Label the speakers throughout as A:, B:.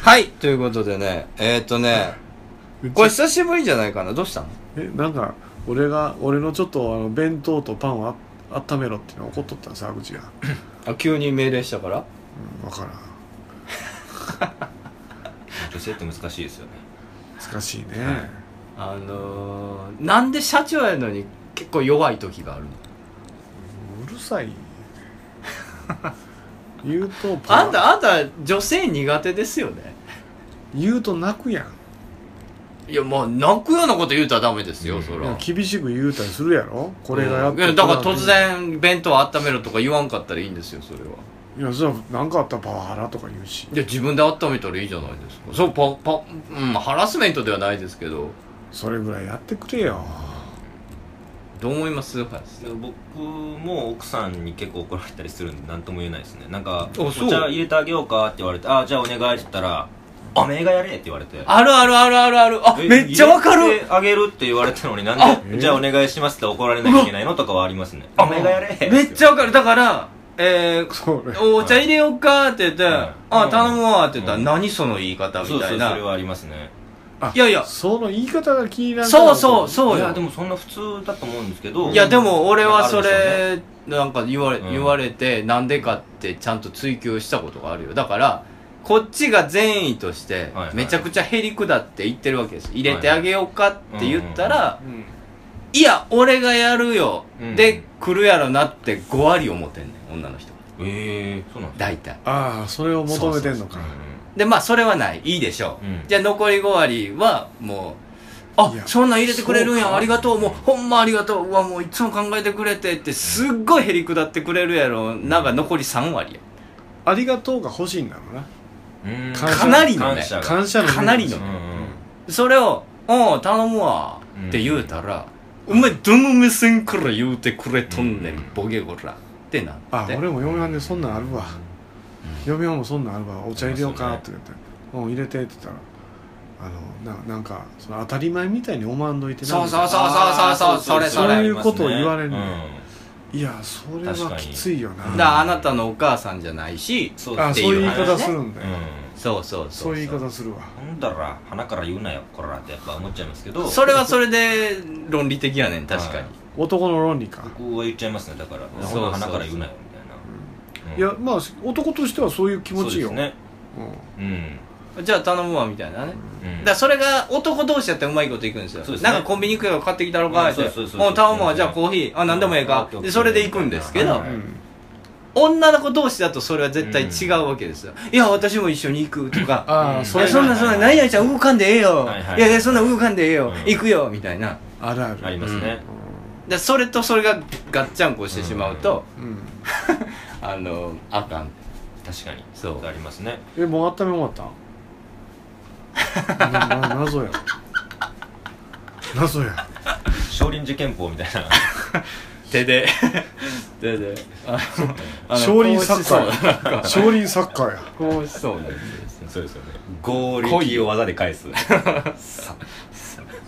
A: はい、ということでね、えー、っとね、
B: うち
A: これ久しぶりじゃないかな、どうしたの
B: えなんか俺が俺のちょっとあの弁当とパンをあ温めろっていうの怒っとったん沢口が、
A: あ急に命令したから
B: うん、分からん
C: 女性って難しいですよね
B: 難しいね、
A: あのー、なんで社長やのに結構弱い時があるの
B: う るさい言うとパ
A: あんた、あんた女性苦手ですよね
B: 言うと泣くやん
A: いや、まあ、泣くようなこと言うたらダメですよ、
C: うん
A: そ
B: い
A: ら。
B: や厳しく言うたりするやろこれがや
A: う
B: っ
A: ん
B: て
A: いやだから突然弁当温めろとか言わんかったらいいんですよそれはい
B: やそれは何かあったらパワハラとか言うし
A: いや自分で温めたらいいじゃないですかそうパパ、うん、ハラスメントではないですけど
B: それぐらいやってくれ よ
A: どう思いますは
C: 僕も奥さんに結構怒られたりするんで何とも言えないですねなんか「
A: そう
C: お茶入れてあげようか」って言われて「あじゃあお願い」って言ったら「おめえがやれ」って言われて
A: あるあるあるあるあるあ
C: え
A: めっちゃわか
C: 入れ
A: る
C: てあげるって言われたのになん
B: あ
C: でじゃあお願いしますって怒られなきゃいけないのとかはありますねおめえがやれ
A: めっち
C: ゃ
A: ゃわかるだからえー
B: それ
A: お茶入れようかって言って、あ
C: うん
A: 頼むわって言ったら、
C: うん
A: 何その言い方み
C: そう
A: た
C: そ
A: いう
C: そ
A: な
C: れはありますね
B: あ
A: いやいや
B: その言い方が気になる
A: そうそうそう
C: い
A: よ
C: やでもそんな普通だと思うんですけど
A: いやでも俺はそ
C: あるでしょうね
A: れなんか言われ,、
C: うん
A: 言われてなんでかってちゃんと追求したことがあるよだからこっちが善意として
C: はいはい
A: めちゃくちゃへりくだって言ってるわけです入れてあげようかって言ったら、い
B: うん
A: や俺がやるよ、
C: うん
A: で来るやろなって5割思ってんねん女の人が
C: ええそうなんですか
A: 大体
B: ああそれを求めてんのか
A: でまあそれはないいいでしょう、
C: うん
A: じゃあ残り5割はもうあ
B: いや
A: そんなん入れてくれるん
B: そう
A: や
B: か
A: ありがとうもうほんまありがとううわもういつも考えてくれてってすっごいへりくだってくれるやろなんか残り3割や
B: ありがとうが欲しいんだろうな
C: うん
B: かかなり
A: のね
C: 感謝が
B: 感謝の
A: かなりの
C: うんうん
A: それを「うん頼むわ」って言うたら、お前どの目線から言うてくれとんねん、
C: うん
A: ボケゴラってな
B: あ
A: って
B: 俺も嫁はんでそんなんあるわ嫁はんもそんなんあるわお茶入れようかって言って「うん入れて」って言ったらあのななんかその当たり前みたいに思わんどいてな
A: そうそうそうそうそうそれそれ
B: そういうことを言われんの
C: う
B: よ
C: ん
B: いやそれ
C: 確
B: は
C: かに
B: きついよな
A: だからあなたのお母さんじゃないし
C: そう
B: あ
C: って
B: そういう言い
C: 話ね
B: 方するんだよ、
A: そうそう
B: そ
A: そうう
B: いう言い
A: そ
B: 方するわ
C: うんなんだら鼻から言うなよこらってやっぱ思っちゃいますけど
A: うそれはそれで論理的やねん確かに、
C: はい
B: 男の論理か、
C: 僕は言っちゃいますねだから
A: そうそう
C: 鼻から言うなよみたいな、うん
B: いやまあ男としてはそういう気持ちよ、
C: そうですねうん
A: じゃあ頼むわみたいなね、
C: うん
A: だからそれが男同士だったらうまいこといくんですよ
C: そうです
A: な
C: ね
A: んかコンビニ行くよ買ってきたろかって
C: うんそうそうそうそう
A: おう頼む
C: そう
A: わ
C: ですね
A: じゃあコーヒーあ何でもええか
C: うん
A: でそれで行くんですけ
C: は
A: ど
C: いは
B: う
C: い
B: ん
A: 女の子同士だとそれは絶対違うわけですよいや私も一緒に行くとか
B: ああ、
C: うん
A: い
B: そ
A: や
B: れ
A: そんな
C: はい
A: そん
C: はい
A: な何々ちゃん動かんでええよ
C: はいはい
A: いやいやそんな動かんでええよ
C: うん
A: 行くよみたいな
B: あるある
C: ありますね、
A: でそれとそれがガッチャンコしてしまうと
B: うん、うん
A: あのあかん
C: 確かに
A: そう
C: ありますね
B: えもう温め終わったんなな謎や謎や
C: 少林寺拳法みたいな
A: 手で 手であのあの
B: 少林サッカ
A: こうしそう
B: ーや少林サッカーや
A: こうしそうなんですよ
C: そうですよね合力を技で返すさ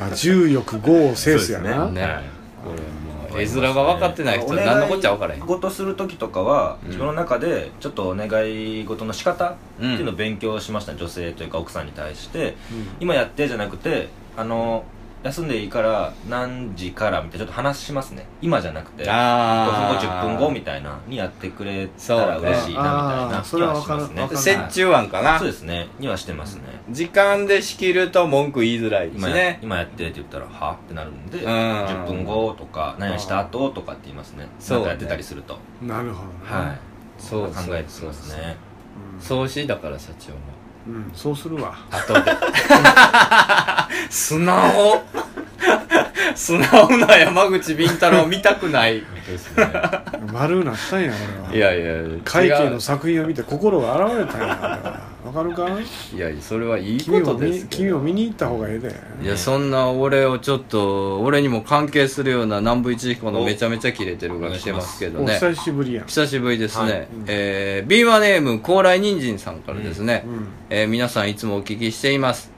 B: あ重欲豪を制すや
C: そ
B: な、
C: うです
A: ね
C: はい
A: これもう絵面が分かってない人は何のこっちゃ分からへん
C: お願い事する時とかは、
A: うん
C: 自分の中でちょっとお願い事の仕方っていうのを
A: うん
C: 勉強しました、女性というか奥さんに対して
B: うん
C: 今やってじゃなくてあの休んでいいから何時からみたいなちょっと話しますね今じゃなくて5分後
A: あ
C: 10分後みたいなにやってくれたら
A: そうね
C: 嬉しいなみたい
B: あー
C: な
B: それはわ
C: 気
B: かる
C: はします
B: わ
C: ね
B: か
A: 折衷案かな
C: そうですねにはしてますね
A: 時間で仕切ると文句言いづらいです
C: 今や
A: ね
C: 今やってって言ったらはってなるんで
A: ん
C: 10分後とか何々した後とかって言いますね
A: そ
C: な
A: うんね
C: かやってたりすると
B: なるほどね、
C: はい
A: そ
C: 考えてきますね
A: そうしだから社長も
B: うん、うん、そうするわ
A: 後で 素直 素直な山口敏太郎見たくないい
C: ですね
B: 丸なったんや俺は
A: やいや
B: 会計
A: 違
B: の
A: う
B: 作品を見て心が現れたんやわかるか
A: いやいやそれはいいこ
B: 君を
A: とで
B: 見
A: すけど
B: 君を見に行った方がええで
A: いやそんな俺をちょっと俺にも関係するような南部一彦のめちゃめちゃキレてるが来てますけど
B: お
A: ね
B: 久しぶりやん、
A: 久しぶりですね、
C: はい
B: うん
A: えー、ビーマネーム高麗人参さんからですね、
B: うんうん
A: えー皆さんいつもお聞きしています、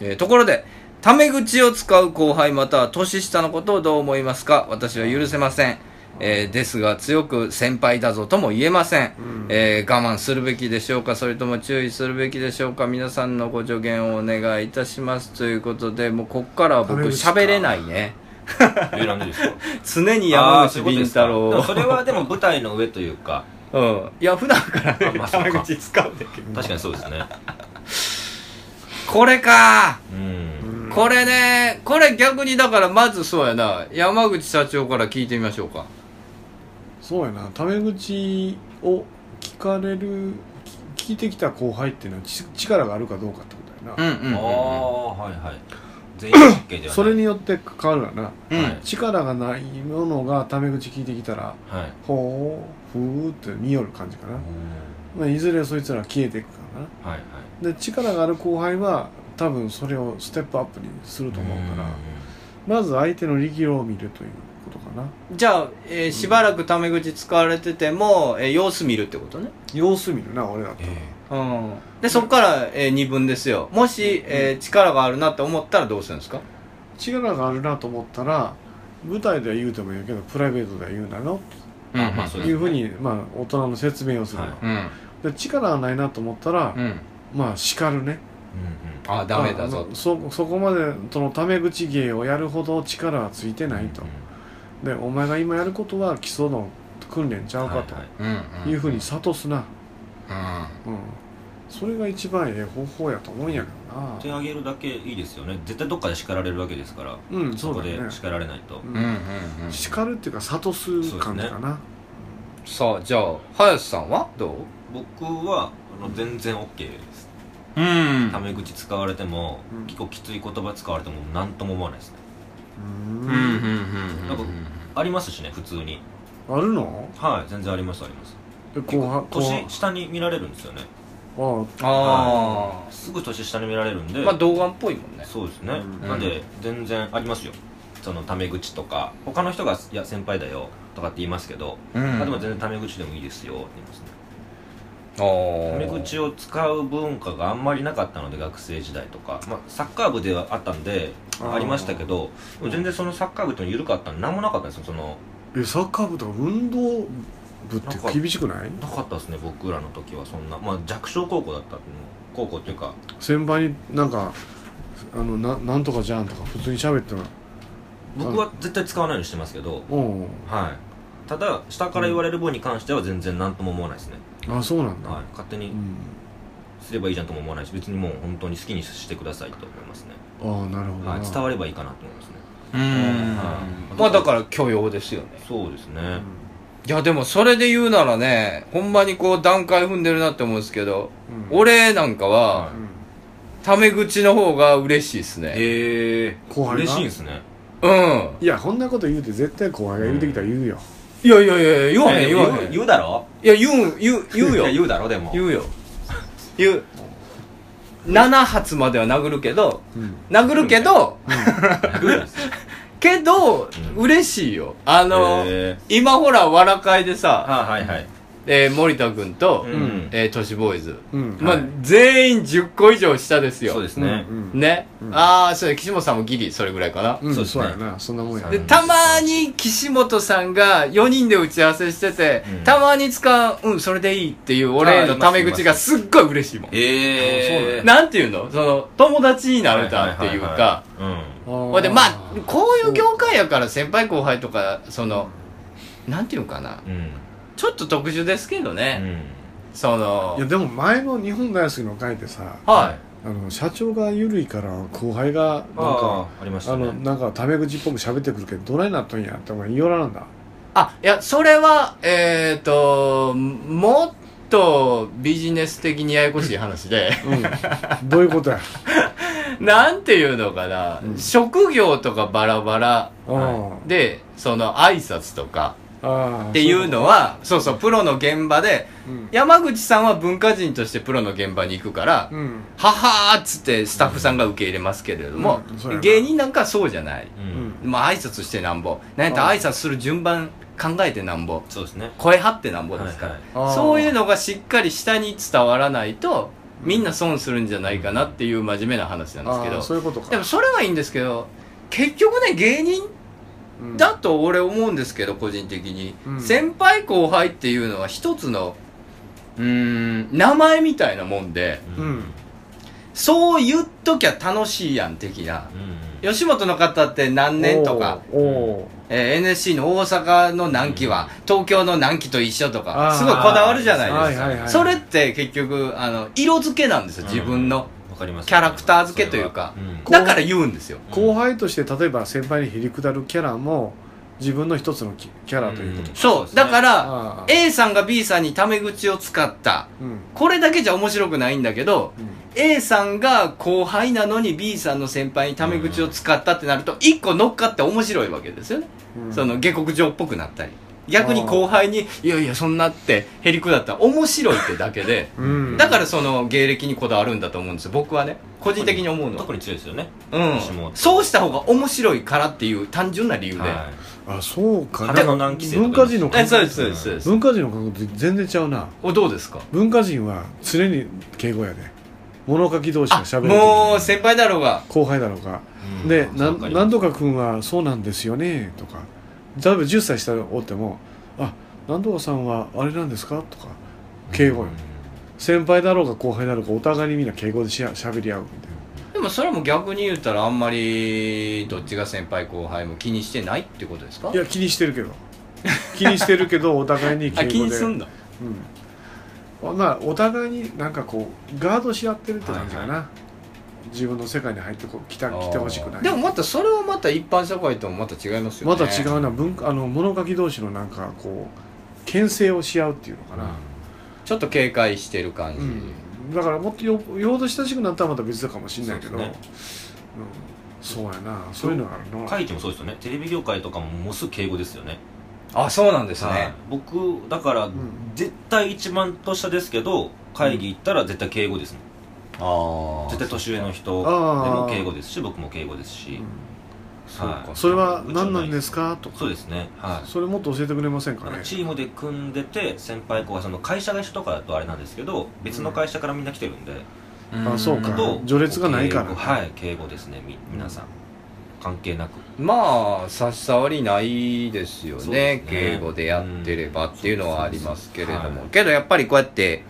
A: えーところでタメ口を使う後輩または年下のことをどう思いますか私は許せませんえーですが強く先輩だぞとも言えません、
B: うん
A: えー我慢するべきでしょうかそれとも注意するべきでしょうか皆さんのご助言をお願いいたしますということでもうこっからは僕
B: タメ口か
A: 喋れないね
C: えなんでで すか
A: 常に 山口
C: ビ
A: 敏太郎を
C: それはでも舞台の上というか
A: うんいや普段から
C: あ
A: ね
C: まあそうか
A: 山口使うんだけど
C: 確かにそうですね
A: これか
C: う
B: うんん
A: これねこれ逆にだからまずそうやな山口社長から聞いてみましょうか
B: そうやなタメ口を聞かれるき聞いてきた後輩っていうのはち力があるかどうかってことや
A: う
B: な、
A: んうん
C: あ
A: う
C: あ
A: ん
C: はいはい全員 OK ではない
B: それによって変わるわな
A: うん
C: はい
B: 力がないものがタメ口聞いてきたら
C: はい
B: ほうふうって見よる感じかな、まあ、いずれそいつら消えていくからな
C: はいは
B: で
C: い
B: 力がある後輩は多分それをステップアップにすると思うからまず相手の力量を見るということかな
A: じゃあ、えーしばらくタメ口使われてても、えー様子見るってことね
B: 様子見るな俺だったら、
C: え
A: うんでそこから、え2分ですよもし、えー力があるなって思ったらどうするんですか
B: 力があるなと思ったら舞台では言うてもいいけどプライベートでは言うなよ
A: うん
C: あまあそ
B: と
C: う
B: いうふうに、まあ、大人の説明をする、
C: は
A: うん
B: で力がないなと思ったら、
A: うん
B: まあ叱るね
C: えうん
A: あダメだぞ
B: あのそそこまでそのタメ口芸をやるほど力はついて
C: うん
B: ないと
C: うん、
B: でお前が今やることは基礎の訓練ちゃうかと、
C: はいいは
A: うん
B: うふうに諭すな、
A: うん
B: うん、それが一番ええ方法やと思うんやけど
C: い手
B: な
C: あげるだけいいですよね絶対どっかで叱られるわけですから
B: うん
C: そ
B: そう
C: こ
B: だ
C: で
B: よね、
C: 叱られないと
B: う
A: うんうん
B: ん、
A: うん
B: 叱るっていうか諭す感じかな、
A: さあじゃあ林さんはど
C: 僕はあの全然 OK です
A: ううん
C: タメ口使われても
B: うん
C: 結構きつい言葉使われても何とも思わないですね
A: う
B: うん
A: うん
B: ん
A: うんうん
C: ありますしね普通に
B: あるの
C: はい全然ありますあります
B: で後半後半
C: 年下に見られるんですよね
B: あ
A: あ
C: すぐ年下に見られるんで
A: あまあ童顔っぽいもんね
C: そうですね、
B: うん
C: なんで全然ありますよそのタメ口とか他の人が「いや先輩だよ」とかって言いますけど、
A: うん
C: あでも全然タメ口でもいいですよって言いますねタメ
A: あ
C: 口を使う文化があんまりなかったので学生時代とか、まあ、サッカー部ではあったんで
B: あー
C: ありましたけどでも全然そのサッカー部っていうの緩かったんで何もなかったんですよその
B: あえサッカー部とか運動部って厳しくない
C: なかったですね僕らの時はそんな、まあ、弱小高校だったの高校っていうか
B: 先輩になんかあのななんとかじゃんとか普通に喋ってない
C: 僕は絶対使わないようにしてますけど
B: うん
C: はいただ下から言われる分に関しては全然何とも思わないですね、
B: あそうなんだ、
C: はい、勝手
B: う
C: に
B: ん、
C: すればいいじゃんとも思わないし別にもう本当に好きにしてくださいと思いますね、
B: ああなるほどな、
C: はい、伝わればいいかなと思いますね
A: うん
C: はい
A: まあだから許容ですよね
C: そうですね、
A: いやでもそれで言うならねほんまにこう段階踏んでるなって思うんですけど、
B: うん
A: 俺なんかは、
C: は
A: タメ口の方が嬉しいですね
C: へえ
B: 後輩が
C: 嬉しいんですね
A: うん
B: いやこんなこと言うて絶対後輩が言うてきたら言うよ、
A: いやいやいや言わへん言わへんい
C: 言うだろ
A: や言う言う言うよ
C: いや言うだろでも
A: 言うよ言う7発までは殴るけど
B: うん
A: 殴るけど、
C: 言うです
A: けど、
C: うん
A: 嬉しいよあの、
C: へ
A: 今ほらわらかいでさ、
C: あはいはい
A: えー森田君と、
C: うん
A: えー都市ボーイズ、
B: うん
A: まあ
C: はい
A: 全員10個以上下ですよ
C: そうですね
B: うんうん
A: ね、
B: うん
A: ああそれ岸本さんもギリそれぐらいかな、
B: うん
C: そうです
B: そ
C: ね
B: うやなそんなもんや
A: で
C: うん
A: たまに岸本さんが4人で打ち合わせしてて、
C: うん
A: たまに使う「うんそれでいい」っていう俺へのタメ口がすっごい嬉しいもん
C: へえ
A: なんていうのその友達になれたっていうか
C: はいはいはいはいうん
A: ほんでまあこういう業
B: 界
A: 界やから先輩後輩とかそのなんていうのかな
C: うん
A: ちょっと特殊ですけどね、その
B: いやでも前の日本大好きの会でさ
A: はい
B: あの社長が緩いから後輩がなん
C: あ
B: か
C: あありまし
B: あ
C: たね
B: のなんかタメ口っぽく喋ってくるけどどないなっとんやってお前言いよらなんだ
A: あいやそれはえっ、ともっとビジネス的にややこしい話で
B: うんどういうこと や
A: なんていうのかな、
B: うん
A: 職業とかバラバラ
B: あー
A: でその挨拶とか
B: あー
A: っていうのはそうそうプロの現場で
B: うん
A: 山口さんは文化人としてプロの現場に行くから、
B: うん
A: ははーっつってスタッフさんが受け入れますけれども、
B: うんそうやな
A: 芸人なんかそうじゃない、
C: う
B: うんん
A: まあ挨拶してなんぼなんやったら挨拶する順番考えてなんぼ
C: そうですね
A: 声張ってなんぼですから、
C: はいは
B: あ
C: い
B: ー
A: そういうのがしっかり下に伝わらないとみんな損するんじゃないかなっていう真面目な話なん
B: あー
A: です
B: そ
A: けど
B: ういうことか
A: でもそれはいいんですけど結局ね芸人
B: うん
A: だと俺思うんですけど個人的に、
B: うん
A: 先輩後輩っていうのは一つのうーん名前みたいなもんで
B: うん
A: そう言っときゃ楽しいやん的な吉本の方って何年とか、
B: おーお
A: えー NSC の大阪の何期は東京の何期と一緒と
B: あ
A: か
B: ー
A: すごいこだわるじゃ
B: ー
A: ない
B: は
A: で
B: い
A: すか、
B: はいはい
A: それって結局あの色付けなんですよ自分の、
C: わかります
A: キャラクター付けというか
C: ん
B: こ
A: だから言うんですよ
B: 後輩として例えば先輩にへりくだるキャラも自分の一つのキキャラということ、
C: うん
A: そ
C: そうで
A: う
C: すね
A: だから
B: あー
A: A さんが B さんにタメ口を使った
B: うん
A: これだけじゃ面白くないんだけど
B: うん
A: A さんが後輩なのに B さんの先輩にタメ口を使ったってなると一個乗っかって面白いわけですよね、
B: うん
A: その下克上っぽくなったり逆に後輩に「いやいやそんな」ってへりくだったら面白いってだけで
B: うん
A: だからその芸歴にこだわるんだと思うんですよ僕はね個人的に思うのは
C: 特に強いですよね
A: うん
C: 私も
A: そうした方が面白いからっていう単純な理由で、
C: は
B: あそうか
C: 肌の難儀性とか
B: 文化人の
A: え
B: 感
A: そう
B: 覚
A: ですそうですそうです、
B: 文化人の感覚と全然ちゃうな
A: おどうですか
B: 文化人は常に敬語やで物書き同士が
A: あ
B: 喋る
A: もう先輩だろうが
B: 後輩だろうが
C: い
B: で「な
C: わかり
B: ん
C: ま
B: な
C: す
B: んとか君はそうなんですよね」とか例えば10歳下でおっても「あなんとかさんはあれなんですか?」とか敬語よ先輩だろうが後輩だろうがお互いにみんな敬語でしゃしゃべり合うみたいな
A: でもそれも逆に言ったらあんまりどっちが先輩後輩も気にしてないってことですか
B: いや気にしてるけど気にしてる けどお互いに敬
A: あ
B: 語で
A: 気にすんだ
B: うん、まあお互いになんかこうガードし合ってるって感じかな、自分の世界に入ってこ来た来てほしくな
A: あ
B: い
A: ーでもまたそれはまた一般社会ともまた違いますよ
B: ま
A: ね
B: た違うな文化あの物書き同士のなんかこう牽制をし合うっていうのかな、
A: ちょっと警戒してる感じ、
B: うん、だからもっとよよほど親しくなったらまた別かもしれないけど
C: そうう,、
B: ん
C: で、
B: そうやなそういうのがあるの
C: 会議もそうですよねテレビ業界とかももうすぐ敬語ですよね
A: あそうなんですね、
C: はい僕だから
B: ん
C: 絶対一番年下ですけど会議行ったら絶対敬語ですね
A: ああ
C: 絶対年上の人で
B: あー
C: も敬語ですし僕も敬語ですし
A: そうか
C: はい
B: それは何なんですかとか
C: そうですねはい
B: それもっと教えてくれませんか
C: なん
B: ね
C: かチームで組んでて先輩後輩その会社が一緒とかだとあれなんですけど別の会社からみんな来てるんで、
B: あそうか
C: と
B: 序列がないから
C: 敬語はい敬語ですねみ皆さん関係なく
A: まあ差し障りないですよ
C: そう
A: ね
C: ですね
A: 敬語でやってればっていうのはありますけれども、
C: うんそうそうそうはい
A: けどやっぱりこうやって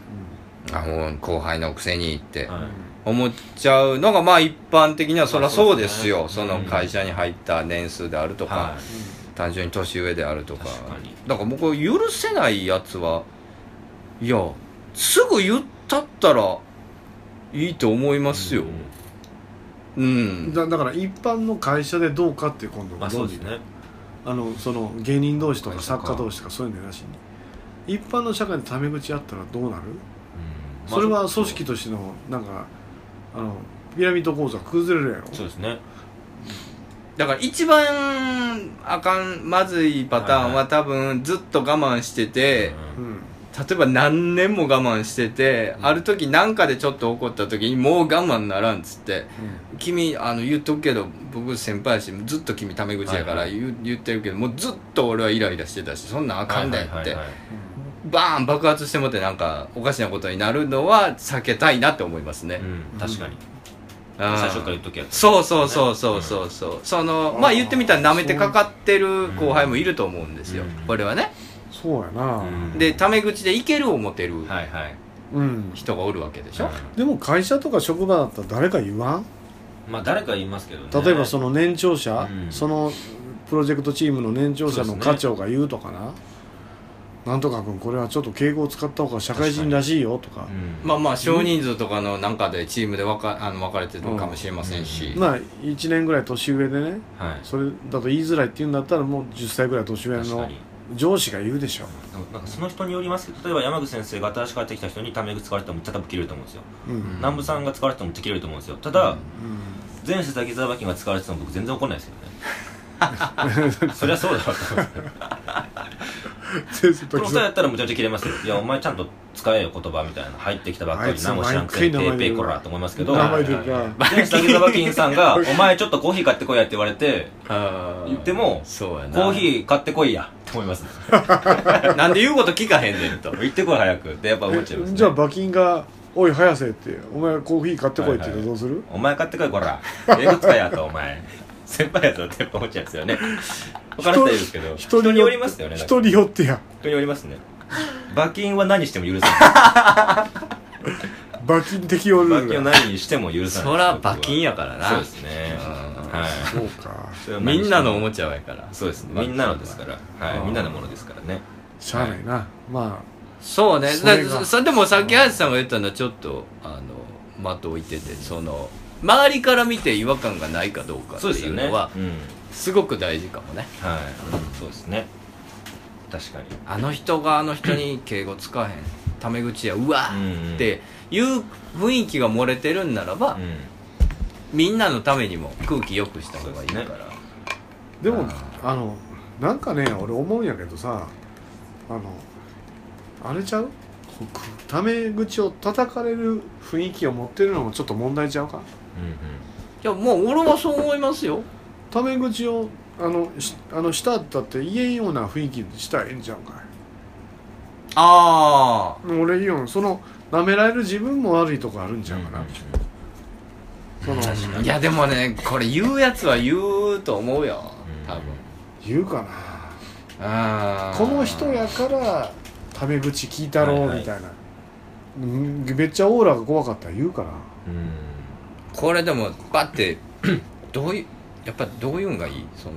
A: あもう後輩のくせにって
B: うん
C: はい
A: 思っちゃうのがまあ一般的にはそりゃそうですよ、
C: まあ
A: そ
C: そうですね
A: の会社に入った年数であるとか、
C: はい
A: 単純に年上であるとか
C: 確かに
A: だから僕は許せないやつはいやすぐ言ったったらいいと思いますよ
C: う
A: うん、
B: うんだだから一般の会社でどうかっていう今度
C: んまあそうですね
B: あのその芸人同士とか
C: 会社
B: 作
C: か
B: 家同士とかそういうのなしに一般の社会でタメ口あったらどうなる、
C: うん
B: それは組織としてのなんかあのピラミッド構造が崩れるやろ
C: そうですね
A: だから一番あかんまずいパターン
C: はいは
A: は多分ずっと我慢してて、
B: う
C: うん
B: ん
A: 例えば何年も我慢してて、
C: うん
A: ある時なんかでちょっと怒った時にもう我慢ならんっつって「君あの言っとくけど僕先輩やしずっと君タメ口やから
C: はい
A: 言,、言ってるけどもうずっと俺はイライラしてたしそんなんあかんだよ」って、
C: はいはいはいはい
A: バーン爆発してもってなんかおかしなことになるのは避けたいなって思いますね、
C: うん確か
A: う
C: に
A: ん
C: 最初から言っときやつ
A: そうそうそうそうそうそうそのまあ言ってみたら舐めてかかってる後輩もいると思うんですよ、
C: うん
A: これはね
B: そうやな
C: うん
A: でタメ口でいける思ってる
C: はいはい
B: うん、
A: 人がおるわけでしょ、
B: でも会社とか職場だったら誰か言わん
C: まあ誰か言いますけどね
B: 例えばその年長者、
C: うん
B: そのプロジェクトチームの年長者
C: そ
B: の
C: うですね
B: 課長が言うとかな、なんとか君これはちょっと敬語を使った方が社会人らしいよとか
C: うん
A: まあまあ少人数とかのなんかでチームで分かあの分かれてるのかもしれませんし、
C: う
B: まあ1年ぐらい年上でね
C: はい
B: それだと言いづらいって言うんだったらもう10歳ぐらい年上
C: 確か
B: の
C: に
B: 上司が言うでしょ、
C: でもなんかその人によりますけど例えば山口先生が新しく帰ってきた人にタメ口使われてもめっちゃ多分切れると思うんですよ、
B: うん
A: ん
C: 南部さんが使われてもめっちゃ切れると思うんですよただ、
A: うん
B: う
C: 前世滝沢馬琴が使われてても僕全然怒んないですよ ねそりゃそうだろうと思って
B: ん、
C: この人やったらむちゃくちゃ切れますよいやお前ちゃんと使えよ言葉みたいな入ってきたばっか
B: あい
C: り
B: つ
C: 何も知らんくせにペ
B: 毎回名前
C: ーペ
B: 出る
C: ー
B: な
C: コラと思いますけど
B: 名前出
C: 前
B: るな
C: 世滝沢馬琴さ んが「お前ちょっとコーヒー買ってこいや」って言われて
A: あー
C: 言っても
A: そうや
C: 「
A: な
C: コーヒー買ってこいや」って思います
A: ー なんで言うこと聞かへんねんと
C: 行ってこい早くってやっぱ思っちゃいます、
B: え
C: ね、
B: じゃあ馬琴が「おい早瀬」って「お前コーヒー買ってこい」って言ったらどうする、
C: お前買ってこいこら英語使えやとお前先輩やぞってやっぱ思っちゃうんですよね他の人はいるんですけど人によりますよねだから
B: 人によってや
C: 人によりますね罰金は何しても許さ ない
B: 罰金適用ル
C: 罰
B: ー
C: 金
B: ル
C: は
B: が
C: 何にしても許さない
A: そら罰金やからな
C: そうですねは
B: そうか
C: いそれはい何
A: みん
C: にしても
A: なのおもちゃやから
C: そうですね
A: 罰金
C: みんなのですからは
A: あ
C: い
A: ー
C: みんなのものですからね
B: しゃあないなま
A: そうね
B: そ
A: だ
B: れが
A: そでもさっき林さんが言ったのはちょっとあの的置いててその周りから見て違和感がないかどうかって
C: そうです
A: い
C: よ
A: う
C: ね
A: のは
C: うん
A: すごく大事かもね
C: はいそうですね確かに
A: あの人があの人に敬語使わへんタメ口やうわ
C: うんうん
A: っていう雰囲気が漏れてるんならば、
C: う
A: みんなのためにも空気良くした方がいいから
C: そうで
B: あでも
A: あ
B: あのなんかね俺思うんやけどさあのあれちゃうこうタメ口を叩かれる雰囲気を持ってるのもちょっと問題ちゃうか
C: ん
A: いやもう俺はそう思いますよ
B: タメ口をあのしあのしたったって言えんような雰囲気にしたらええんちゃうか
A: あ
B: い俺いいよその舐められる自分も悪いとこあるんちゃうかな、
C: うん
B: その
C: 確か
A: いやでもねこれ言うやつは言うと思うよ多分
B: 言うか
A: あ
B: な
A: ー
B: この人やからタメ口聞いたろ
C: はいうはい
B: みたいな、うんめっちゃオーラが怖かったら言うかな
C: うんうん
A: これでもバッて どういうやっぱどういうんがいいその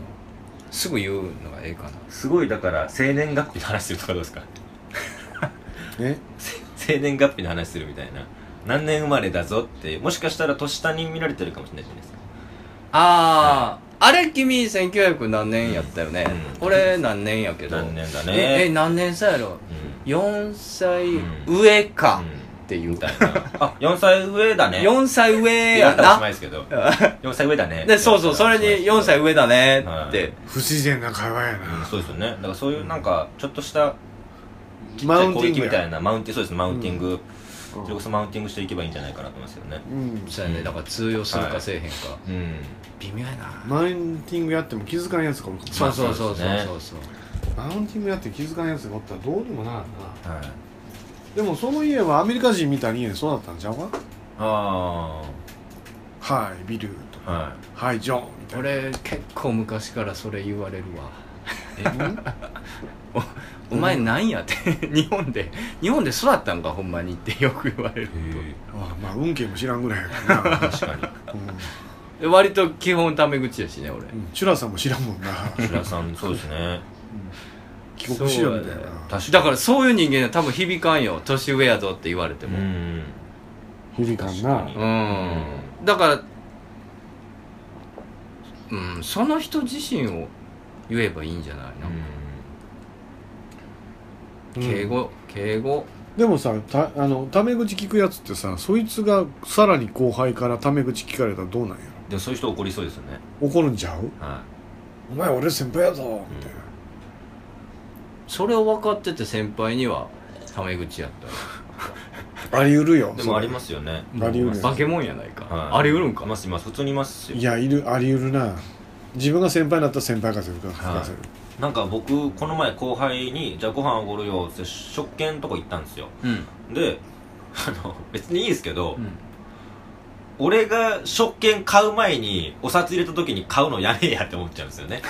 A: すぐ言うのがええかな
C: すごいだから生年月日の話するとかどうですか
B: ね
C: 生年月日の話するみたいな何年生まれだぞってもしかしたら年下に見られてるかもしれないじゃないですか
A: ああ、あれ君1900何年やったよね、
C: うん
A: 俺何年やけど
C: 何年だね
A: ええ何年さやろ
C: う
A: 4歳
C: うん
A: 上
C: ん
A: か
C: うん
A: っていう、
C: みたいなあ4歳上だね
A: 4歳上や
C: って言ったらおしま
A: ない
C: ですけど4歳上だね
A: でそうそうそれに4歳上だねって、
B: 不自然な会話や
C: うん
B: な
C: そうですよねだからそういうなんかちょっとした
B: マウンティン
C: 攻
B: グ
C: 撃み
B: や
C: たいなマウンティングそうですマウンティング、
B: うん
C: それこそマウンティングしていけばいいんじゃないかなと思いますよね
B: うん
A: そうやねだから通用するかせえへんか、
C: うん
A: 微妙やな、
B: マウンティングやっても気づかんやつがおるかも
A: そうそうそうそう
C: まあ
A: そ
C: そう
A: そう、
B: マウンティングやって気づかんやつがおったらどうにもならんな
C: はい
B: でもその家はアメリカ人みたいに家にそうだったんちゃうか
C: あ
B: はいビルと
C: あは
B: かはいジョンみたいな
A: 俺結構昔からそれ言われるわ
B: うん
A: お前なんやって 日本で日本で育ったんかほんまにってよく言われる
C: いへ
B: あまあ運慶も知らんぐらいやからな、
C: え 確か
B: う
A: で割と基本タメ口やしね俺
B: んうん、チュラさんも知らんもんな
C: に白さんそうですね
B: 帰国しようみたい
A: そう
B: な
A: だね
C: 確かに
A: だからそういう人間は多分響かんよ年上やぞって言われて
C: う
A: も
C: ん
B: 響かんな
C: 確か
A: うん、だからうんその人自身を言えばいいんじゃないの、敬語敬語
B: でもさたあのタメ口聞くやつってさそいつがさらに後輩からタメ口聞かれたらどうなんや
C: でもそういう人怒りそうですよね
B: ろ怒るんちゃう
C: は
B: お前俺先輩やぞみたいな
A: それを分かってて先輩にはタメ口やったら
B: あり得るよ
C: いでもありますよね
B: あり得る
A: 化け物やないか、
C: はい
A: ありうるんか
C: いますいます普通にいますよ
B: いやいるあり得るな自分が先輩になったら先輩が先輩がせる、
C: なんか僕この前後輩に「じゃあご飯おごるよ」って食券とか行ったんですよ
A: うん、
C: であの 別にいいですけど、
A: うん
C: 俺が食券買う前にお札入れた時に買うのやめえやって思っちゃうんですよね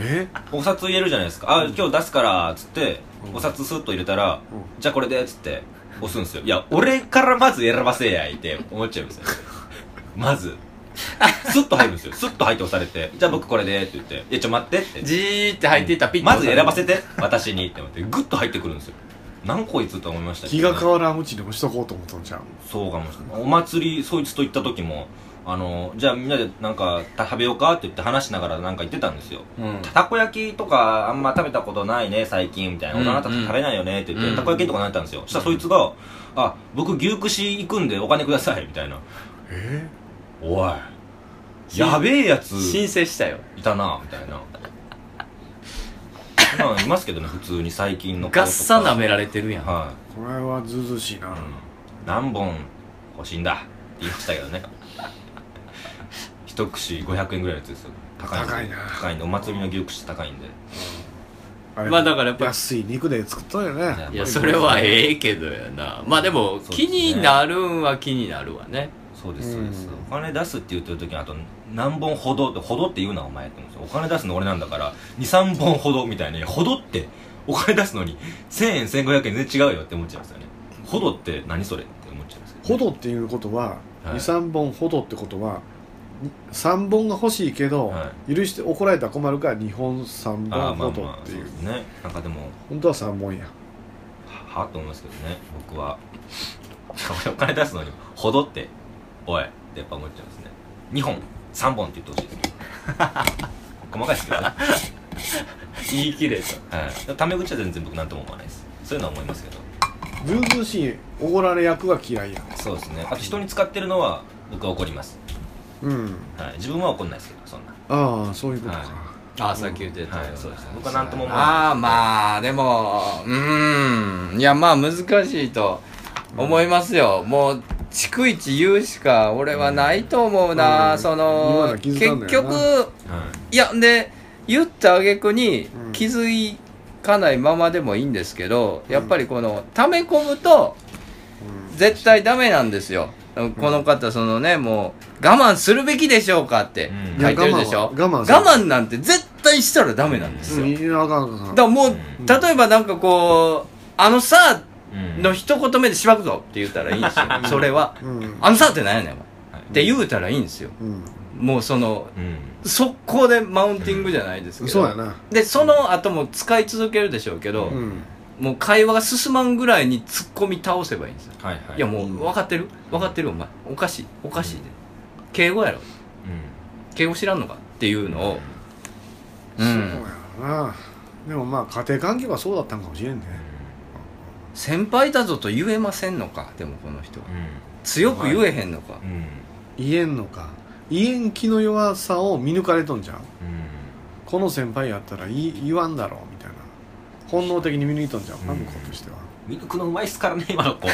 B: え
C: お札入れるじゃないですか「あ今日出すから」っつってお札スッと入れたら
B: うん
C: 「じゃあこれで」っつって押すんですよいや俺からまず選ばせやいって思っちゃうんですよ まずスッと入るんですよスッと入って押されて「じゃあ僕これで」って言って「いやちょ待って」って
A: じーって入っていったらピッと
C: まず選ばせて私にって思ってグッと入ってくるんですよ何こいつと思いましたけ
B: 気
C: どね
B: が変わらんうちに押しとこうと思ったんちゃう
C: そうかもしれないお祭りそいつと行った時もあのじゃあみんなでなんか食べようかって言って話しながらなんか言ってたんですよ
A: うん
C: たこ焼きとかあんま食べたことないね最近みたいな
A: う
C: 大
A: ん
C: 人たち食べないよねって言って、
A: うん
C: たこ焼きとかなったんですよそしたらそいつが「あ僕牛串行くんでお金ください」みたいな
B: え
C: 「おいやべえやつ
A: 申請したよ
C: いたな」みたいなまあいますけどね普通に最近の子と
A: ガ
C: か
A: ッサ舐められてるやん、
C: は
B: ー、これはずうずうしいな、
C: い、うん何本欲しいんだって言いましたけどね 一串500円ぐらいのやつですよ高いんで
B: 高いな
C: 高いんでお祭りの牛串って高いんで
B: あれ
A: まあだからやっぱ
B: 安い肉で作ったよね
A: いやそれはええけどやなまあでも
C: そうです
A: 気
C: ね
A: になるんは気になるわね
C: そうですそうです、
B: うん
C: お金出すって言ってる時にあと何本ほどってほどって言うなお前って思うんですよお金出すの俺なんだから23本ほどみたいにほどってお金出すのに1000円1500円全然違うよって思っちゃいますよねほどって何それって思っちゃいますよね
B: ほどっていうことは、
C: はい
B: 23本ほどってことは3本が欲しいけど、
C: は
B: 許して怒られたら困るから2本3
C: ああまあ
B: 本ほど
C: ま
B: っ
C: あ
B: て
C: そ
B: いう
C: うですねなんかでも
B: 本当は3本や
C: ははと思いますけどね僕は お金出すのにほどっておいってやっぱ思っちゃいますね2本3本って言ってほ しいですね細かいですけどね
A: 言い切れた
C: はい、タメ口は全然僕なんとも思わないですそういうのは思いますけど
B: ずうずうしいおごられ役は嫌いや
C: そうですねあと人に使ってるのは僕は怒ります、
B: うん
C: はい、自分は怒んないですけどそんな
B: ああそういうことか、
C: はい
A: あさっき言ってたよ、
C: はいそうです僕は何とも思わない
A: ああまあでもうーんいやまあ難しいと思いますよ、もう逐一言うしか俺はないと思うな、
B: うん
A: そ
B: 言
A: の
B: わな気づかんの
A: 結
B: やな
A: 局
C: はい
A: やで言った挙句に
B: うん
A: 気づかないままでもいいんですけど、やっぱりこの溜め込むと絶対ダメなんですよ、この方そのねもう我慢するべきでしょうかって
C: うん
A: 書いてるでしょ、
B: いや我慢は我慢する
A: 我慢なんて絶対したらダメなんです
B: う
A: よ、
B: ん、いやあかんあかんあ
A: だか
B: から
A: もう、
C: うん
A: 例えばなんかこう「あのさ」
C: うん
A: の一言目でしばくぞって言ったらいいんですよそれは
B: んう
A: 「
B: ん
A: あのさ」って何やねんお前
C: はい
A: って言うたらいいんですよ
B: うん
A: もうその
C: うん
A: 速攻でマウンティングじゃないですけど、
B: そうやな
A: でその後も使い続けるでしょうけど、
B: うん
A: もう会話が進まんぐらいに突っ込み倒せばいいんですよ
C: はいはい
A: いやもう分かってる分かってるお前おかしいおかしいで敬語やろ
C: う
A: 敬語知らんのかっていうのをう
B: そうや
A: ん
B: ろなでもまあ家庭環境はそうだったんかもしれんね
A: 先輩だぞと言えませんのかでもこの人は
C: うん
A: 強く言えへんのか
C: うんうん
B: 言えんのか言えん気の弱さを見抜かれとんじゃん
C: うん
B: この先輩やったら言い言わんだろうみたいな本能的に見抜いとんじゃん、
C: うん
B: ま向こうとしては
C: 見抜くのうまいっすからね今の子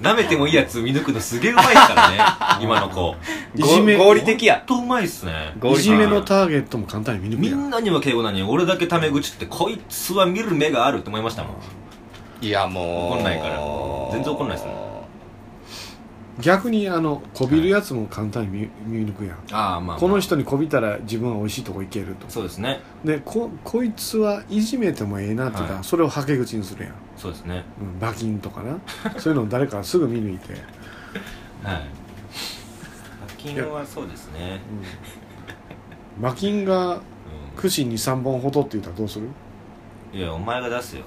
C: 舐めてもいいやつ見抜くのすげえうまいっすからね今の子
B: いじめ
A: ご合理的や
C: ほんとうまいっすね
A: 合理
B: い
A: 的
B: じめのターゲットも簡単に見抜く
C: み
B: や
C: んなには敬語なのに俺だけタメ口ってこいつは見る目があるって思いましたもん
A: いやもう
C: 怒んないから全然怒んないっすも
B: 逆にあのこびるやつも簡単に見見抜くやん
C: ああま
B: この人にこびたら自分は美味しいとこ行けると
C: そうですね
B: でここいつはいじめてもええなって言ったら、
C: はい
B: それをはけ口にするやん、
C: そうですね
B: うん、馬琴とかなそういうのを誰かがすぐ見抜いて、
C: はい課金はそうですね
B: うん、馬琴が串23本ほどって言ったらどうする
C: うんいやお前が出 せよ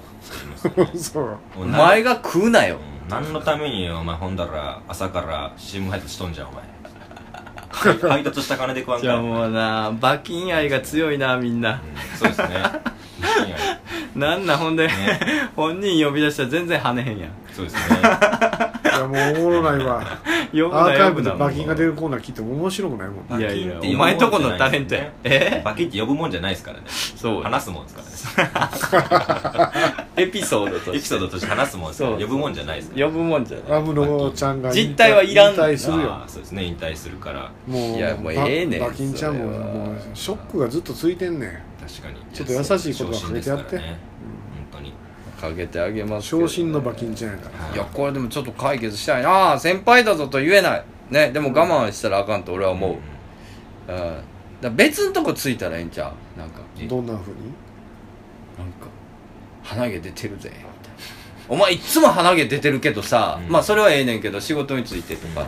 C: って言いますよね
B: そう
A: お前
C: が
A: が食うなよ
C: 何のためにお前ほんだら朝から CM 配達しとんじゃ んお前配配達した金で食わん
A: じ
C: か
A: ゃ
C: ら
A: あもうな馬琴愛が強いなみんな
C: うんそうですねいや
A: なんなんほんで、
C: ね
A: 本人呼び出したら全然跳ねへんやん
C: そうですね
B: いやもうおもろないわ
A: 呼ぶ
B: アー
A: な
B: カイ
A: 呼ぶ
B: ブで
A: な
B: 馬琴が出るコーナー聞いても面白くないもん
A: いやい
C: 馬琴
A: や
C: って呼ぶもんじゃ
A: お前とこ
C: ない
A: のタレントやえ
C: バキって呼ぶもんじゃないですからね
A: そう
C: 話すもんですからね
A: エピソードと
C: エピ
A: して
C: ソードとして話すもんですから
A: そう
C: 呼ぶもんじゃないですから
A: 呼ぶもんじゃない
B: アムロちゃんが
A: 実態はいらん
B: 引退するよ
C: あーそうですね引退するから
B: もう
A: い
B: い
A: やもうええねん
B: 馬琴ちゃんも
A: それは
B: もうショックがずっとついてんねん
C: 確かに
B: ちょっと優しい言葉かけてやって
C: 昇進ですからね本当に
A: かけてあげますけどね
B: 昇進の馬琴ちゃんやから
A: いやこれでもちょっと解決したいなあ先輩だぞと言えないねでも我慢したらあかんと俺は思う、うん、だから別のとこついたらええんちゃうなんか
C: え
B: どんなふうに
A: なんか鼻毛出てるぜみたいなお前いっつも鼻毛出てるけどさ、
C: うん
A: まあそれはええねんけど仕事についてとか、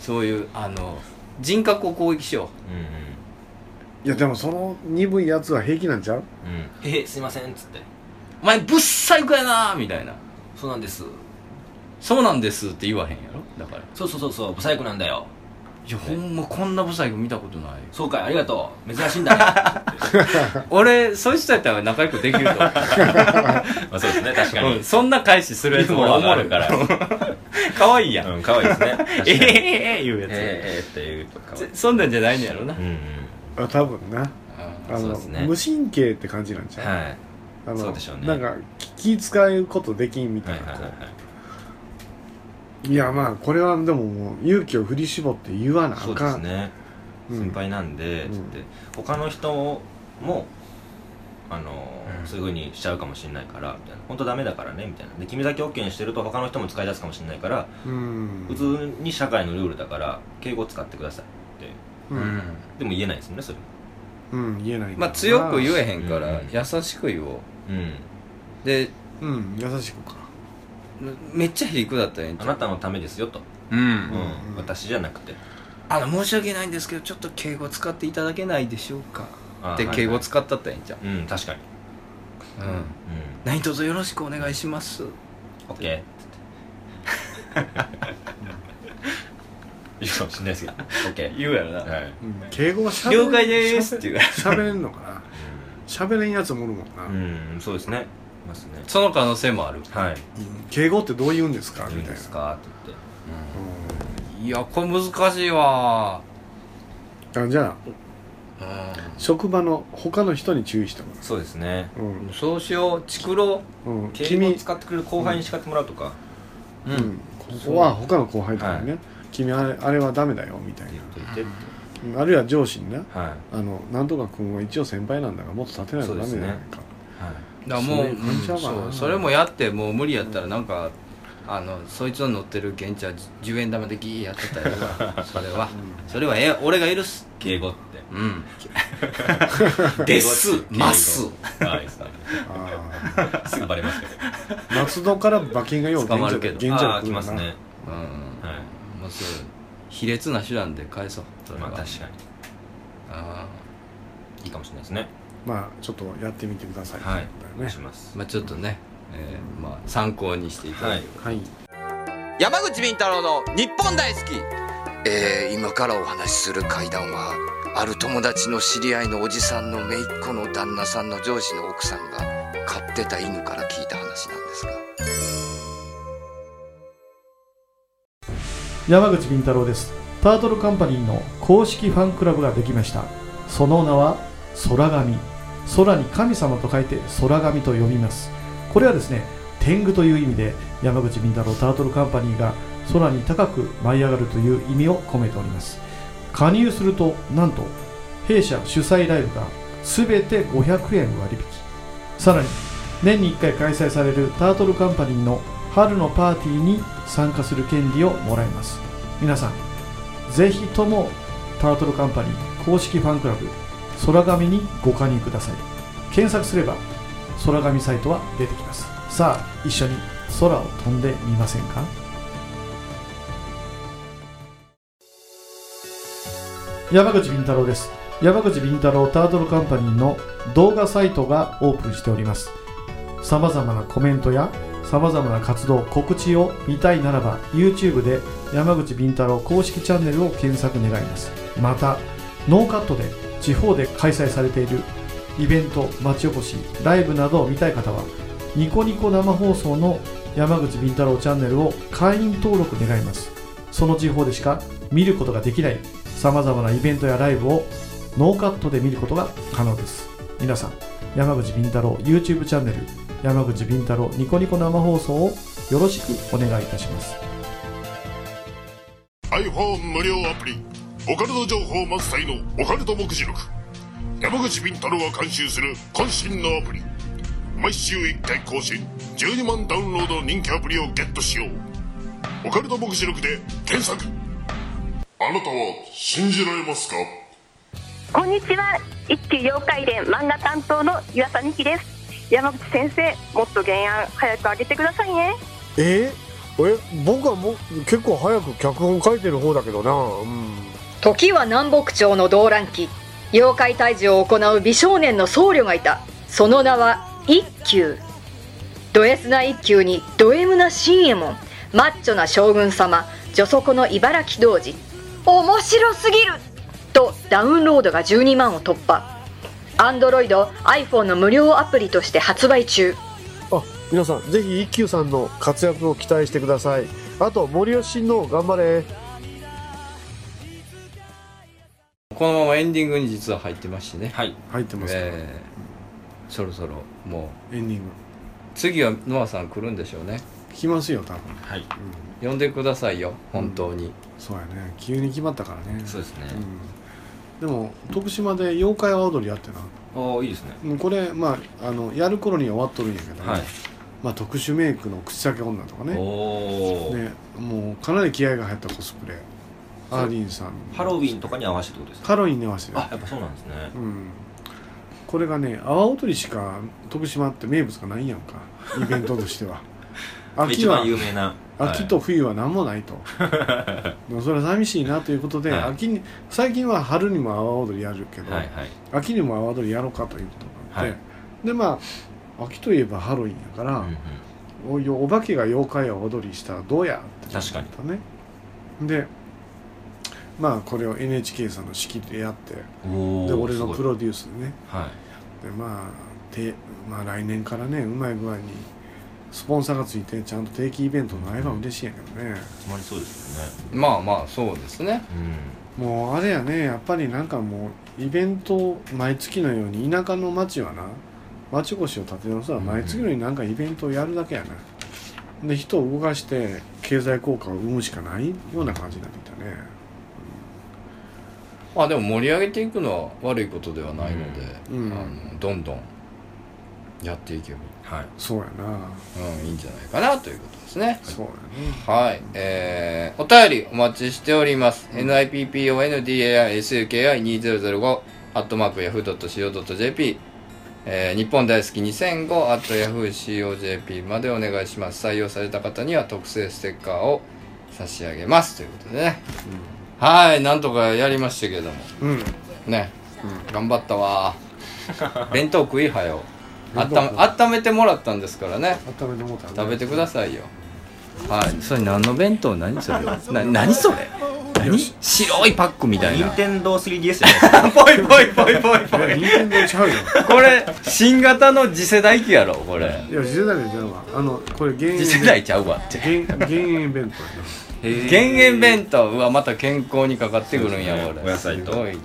A: そういうあの人格を攻撃しよ
C: うんうん
B: いやでもその鈍いやつは平気なんちゃう
C: うんえすいませんっつって
A: うお前ぶっ細工やなみたいな
C: そうなんです
A: そうなんですって言わへんやろだから
C: そうそうそうそうブサイクなんだよ
A: いやほんまこんな不細工見たことない
C: そうかいありがとう珍しいんだね
A: 俺そういう人やったら仲良くできると思う
C: まあそうですね確か
A: うん
C: に
A: そんな返しするやつもおもろいから 可愛いやん、
C: うん可愛いですね
A: ええ
C: 確かに
A: ええ言うやつ、
C: えーえーっていうとか
A: ぜそんなんじゃないんやろな、
C: うんうん
B: あ多分なあ
C: そう
B: の、
C: ですね
B: 無神経って感じなんちゃう、
C: はい
B: あの
C: そうでしょうね
B: なんか気使うことできんみた
C: はいい
B: な、
C: はいはい
B: こ
C: はいう
B: いやまあこれはでももう勇気を振り絞って言わなあかん
C: そうですね
B: うん
C: 先輩なんで、
B: うん
C: つって他の人もあのー
B: うん
C: そういう風にしちゃうかもしれないからみたいな本当ダメだからねみたいなで君だけ OK にしてると他の人も使い出すかもしれないから
B: うん
C: 普通に社会のルールだから敬語使ってくださいって
B: うん、
C: でも言えないですもんねそれも
B: うん、言えないんだ
A: まあ強く言えへんか
C: うん
A: ら優しく言おう
C: うん
A: で
B: うん優しくか
A: めっちゃ皮肉だったね
C: あなたのためですよと、
A: うん、
C: うん
B: うん
C: 私じゃなくて
A: あの申し訳ないんですけどちょっと敬語使っていただけないでしょうか
C: あ
A: って
C: はい
A: 敬語使ったったらいいんじゃん、
C: うん確かに
A: うん、
C: う
A: 何卒よろしくお願いします
C: ん OK って言って言うかもしれ ないですけど OK
A: 言うやろ
C: はい
B: うん敬語はしゃ
A: 了解ですっていう
B: しゃべれんのかなしゃべれんやつもおるもんな、
C: うん、うん、そうですねいますね
A: その可能性もある、
C: はい
B: 敬語ってどう言うんですか
C: い
B: み
C: い
B: たい
C: んで
B: な
C: すかって言って
A: うんいやこれ難しいわ
B: うんあじゃあ
A: う
B: 職場の他の人に注意しても
C: そうですね
B: らう、
A: んそうしようチクロ
B: うんうん、
C: 敬語を
B: 君、
C: 使ってくれる後輩に叱ってもらうとか
A: う
B: うん、ここは他の後輩とかにね、君あれあれはダメだよみたい
C: って
B: な
C: 言っといてって
B: うんあるいは上司にな
C: はい
B: あのなんとか君は一応先輩なんだからもっと立てないとダメじゃないか、
C: はい
A: だからもう
B: そういう感じやわ
A: うんそうそれもやってもう無理やったらなんか、あのそいつの乗ってる現地は10円玉でギーやってたよ それはそれはええ俺が許す
C: 敬語って
A: うんですます
C: はいですね
B: あ
C: すぐバレますけど
B: あ松戸から馬券がよう
A: 捕まるけど
B: 現地
C: あ
B: が
C: あ来ますね
A: うん、
C: は
A: もうそう卑劣な手段で返そうそ
C: い
A: れ
C: ま
A: は、
C: あ確かに
A: あ
C: いいかもしれないですね
B: まあちょっとやってみてください
C: は
B: だ
C: い
B: よ
C: お願い
B: ね
C: します
A: ーまあちょっとね、えーまあ、参考にしていただいて、
C: はい
B: はい
A: 山口敏太郎の日本大好き
D: えー今からお話しする怪談はある友達の知り合いのおじさんの姪っ子の旦那さんの上司の奥さんが飼ってた犬から聞いた話なんですが
E: 山口敏太郎ですタートルカンパニーの公式ファンクラブができましたその名は空神空に神様と書いて空神と呼びますこれはですね天狗という意味で山口敏太郎タートルカンパニーが空に高く舞い上がるという意味を込めております加入するとなんと弊社主催ライブが全て500円割引さらに年に1回開催されるタートルカンパニーの春のパーティーに参加する権利をもらいます皆さんぜひともタートルカンパニー公式ファンクラブ空紙にご加入ください検索すれば空紙サイトは出てきますさあ一緒に空を飛んでみませんか山口敏太郎です山口敏太郎タートルカンパニーの動画サイトがオープンしておりますさまざまなコメントやさまざまな活動告知を見たいならば YouTube で山口敏太郎公式チャンネルを検索願いますまたノーカットで地方で開催されているイベント町おこしライブなどを見たい方はニコニコ生放送の山口敏太郎チャンネルを会員登録願いますその地方でしか見ることができないさまざまなイベントやライブをノーカットで見ることが可能です皆さん山口敏太郎 YouTube チャンネル山口敏太郎ニコニコ生放送をよろしくお願いいたします
F: iPhone 無料アプリオカルト情報満載のオカルト目次録山口敏太郎が監修する渾身のアプリ毎週1回更新12万ダウンロードの人気アプリをゲットしようオカルト目次録で検索あなたは信じられますか
G: こんにちは一級妖怪伝漫画担当の岩田美希です山口先生もっと原案早く上げてくださいね
H: ええ僕はもう結構早く脚本書いてる方だけどな、うん、
I: 時は南北朝の動乱期妖怪退治を行う美少年の僧侶がいたその名は一休ド S な一休にド M な新右衛門マッチョな将軍様女底の茨城童子面白すぎるとダウンロードが12万を突破アンドロイド iPhone の無料アプリとして発売中
H: あ皆さんぜひ一休さんの活躍を期待してくださいあと森吉の頑張れ
A: このままエンディングに実は入ってますしね、
C: はい
B: 入ってますから、
A: えーそろそろもう
B: エンディング
A: 次はノアさん来るんでしょうね
B: 来ますよ多分
C: はい
A: 呼んでくださいよ本当に、
B: そうやね急に決まったからね
C: そうですね
B: うんでも徳島で妖怪阿波踊りやってな
C: ああいいですね
B: うんこれまああのやる頃には終わっとるんやけど、
C: はい
B: まあ、特殊メイクの口先女とか
C: お
B: ね
C: お、
B: ねもうかなり気合が入ったコスプレアーリンさん
C: ハロウィンとかに合わせてってことですか
B: ハロウィンに合わせて
C: あやっぱそうなんですね
B: うんこれがね阿波踊りしか徳島って名物がないやんかイベントとしては
C: 一
B: 秋は
C: 番有名な
B: 秋と冬は何もないと、でもそれは寂しいなということで、
C: はい
B: 秋に最近は春にも阿波踊りやるけど、
C: はいはいはい
B: 秋にも阿波踊りやろうかということになって、
C: は
B: でまあ秋といえばハロウィンやから、
C: うんうん
B: おいお化けが妖怪を踊りしたらどうやって
C: 確かに
B: にねでまあこれを NHK さんの式でやって
C: お
B: で俺のプ
C: ロ
B: ロデュースでね
C: はい
B: でまあて、まあ、来年からねうまい具合にスポンサーがついてちゃんと定期イベントになれば嬉しいんやけどね、
C: つまりそうですよね
A: まあまあそうですね
C: う
B: もうあれやねやっぱりなんかもうイベント毎月のように田舎の町はな町越しを立て直すのは毎月のようになんかイベントをやるだけやな、で人を動かして経済効果を生むしかないような感じになってきたね
A: あでも盛り上げていくのは悪いことではないので、
B: うん
A: あのどんどんやっていけば、
C: んはい
B: そうやな
A: うん、いいんじゃないかなということですね
B: そうやね
A: はい、えー、お便りお待ちしております。NIPPONDAISUKI2005 アットマーク Yahoo.co.jp、えー、日本大好き2005アット Yahoo.co.jp までお願いします。採用された方には特製ステッカーを差し上げますということでね。はい、なんとかやりましたけども。
B: うん
A: ね、頑張ったわ。弁当食いはよ。あっため、温めてもらったんですからね。
B: 温めてもうたね
A: 食べてくださいよはいそれ何の弁当何それな何それ何白いパックみたいな
C: 任天堂 3DS じゃないですか
A: ぽいぽいぽいぽいぽ
B: いや任天堂ちゃうよ
A: これ新型の次世代機やろこれ
B: いや次世代じゃうわあのこれ減
A: 次
B: 塩
A: 世代ちゃうわって
B: 減減塩弁当やな
A: 減塩弁当うわまた健康にかかってくるんや
C: そう
A: こ
C: ですね
A: れ
C: お野菜と
A: すごいで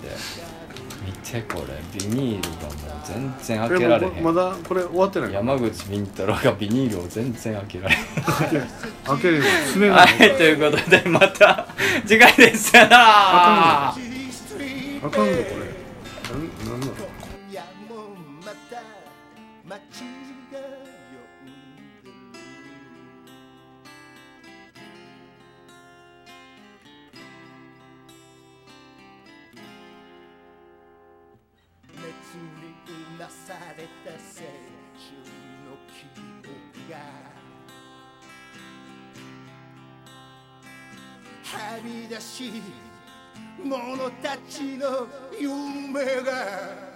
A: 見てこれビニールがもう全然開けられ
B: え
A: へ
B: ま
A: ん
B: だこれ終わってない
A: 山口み太郎がビニールを全然開けられへん
B: 開けるよすねな
A: はいいということでまた次回ですさよなら
B: あかんのこれなんなんなの
J: いやもうまた街が呼んでる熱にうなされた青春の記憶がはみ出し者たちの夢が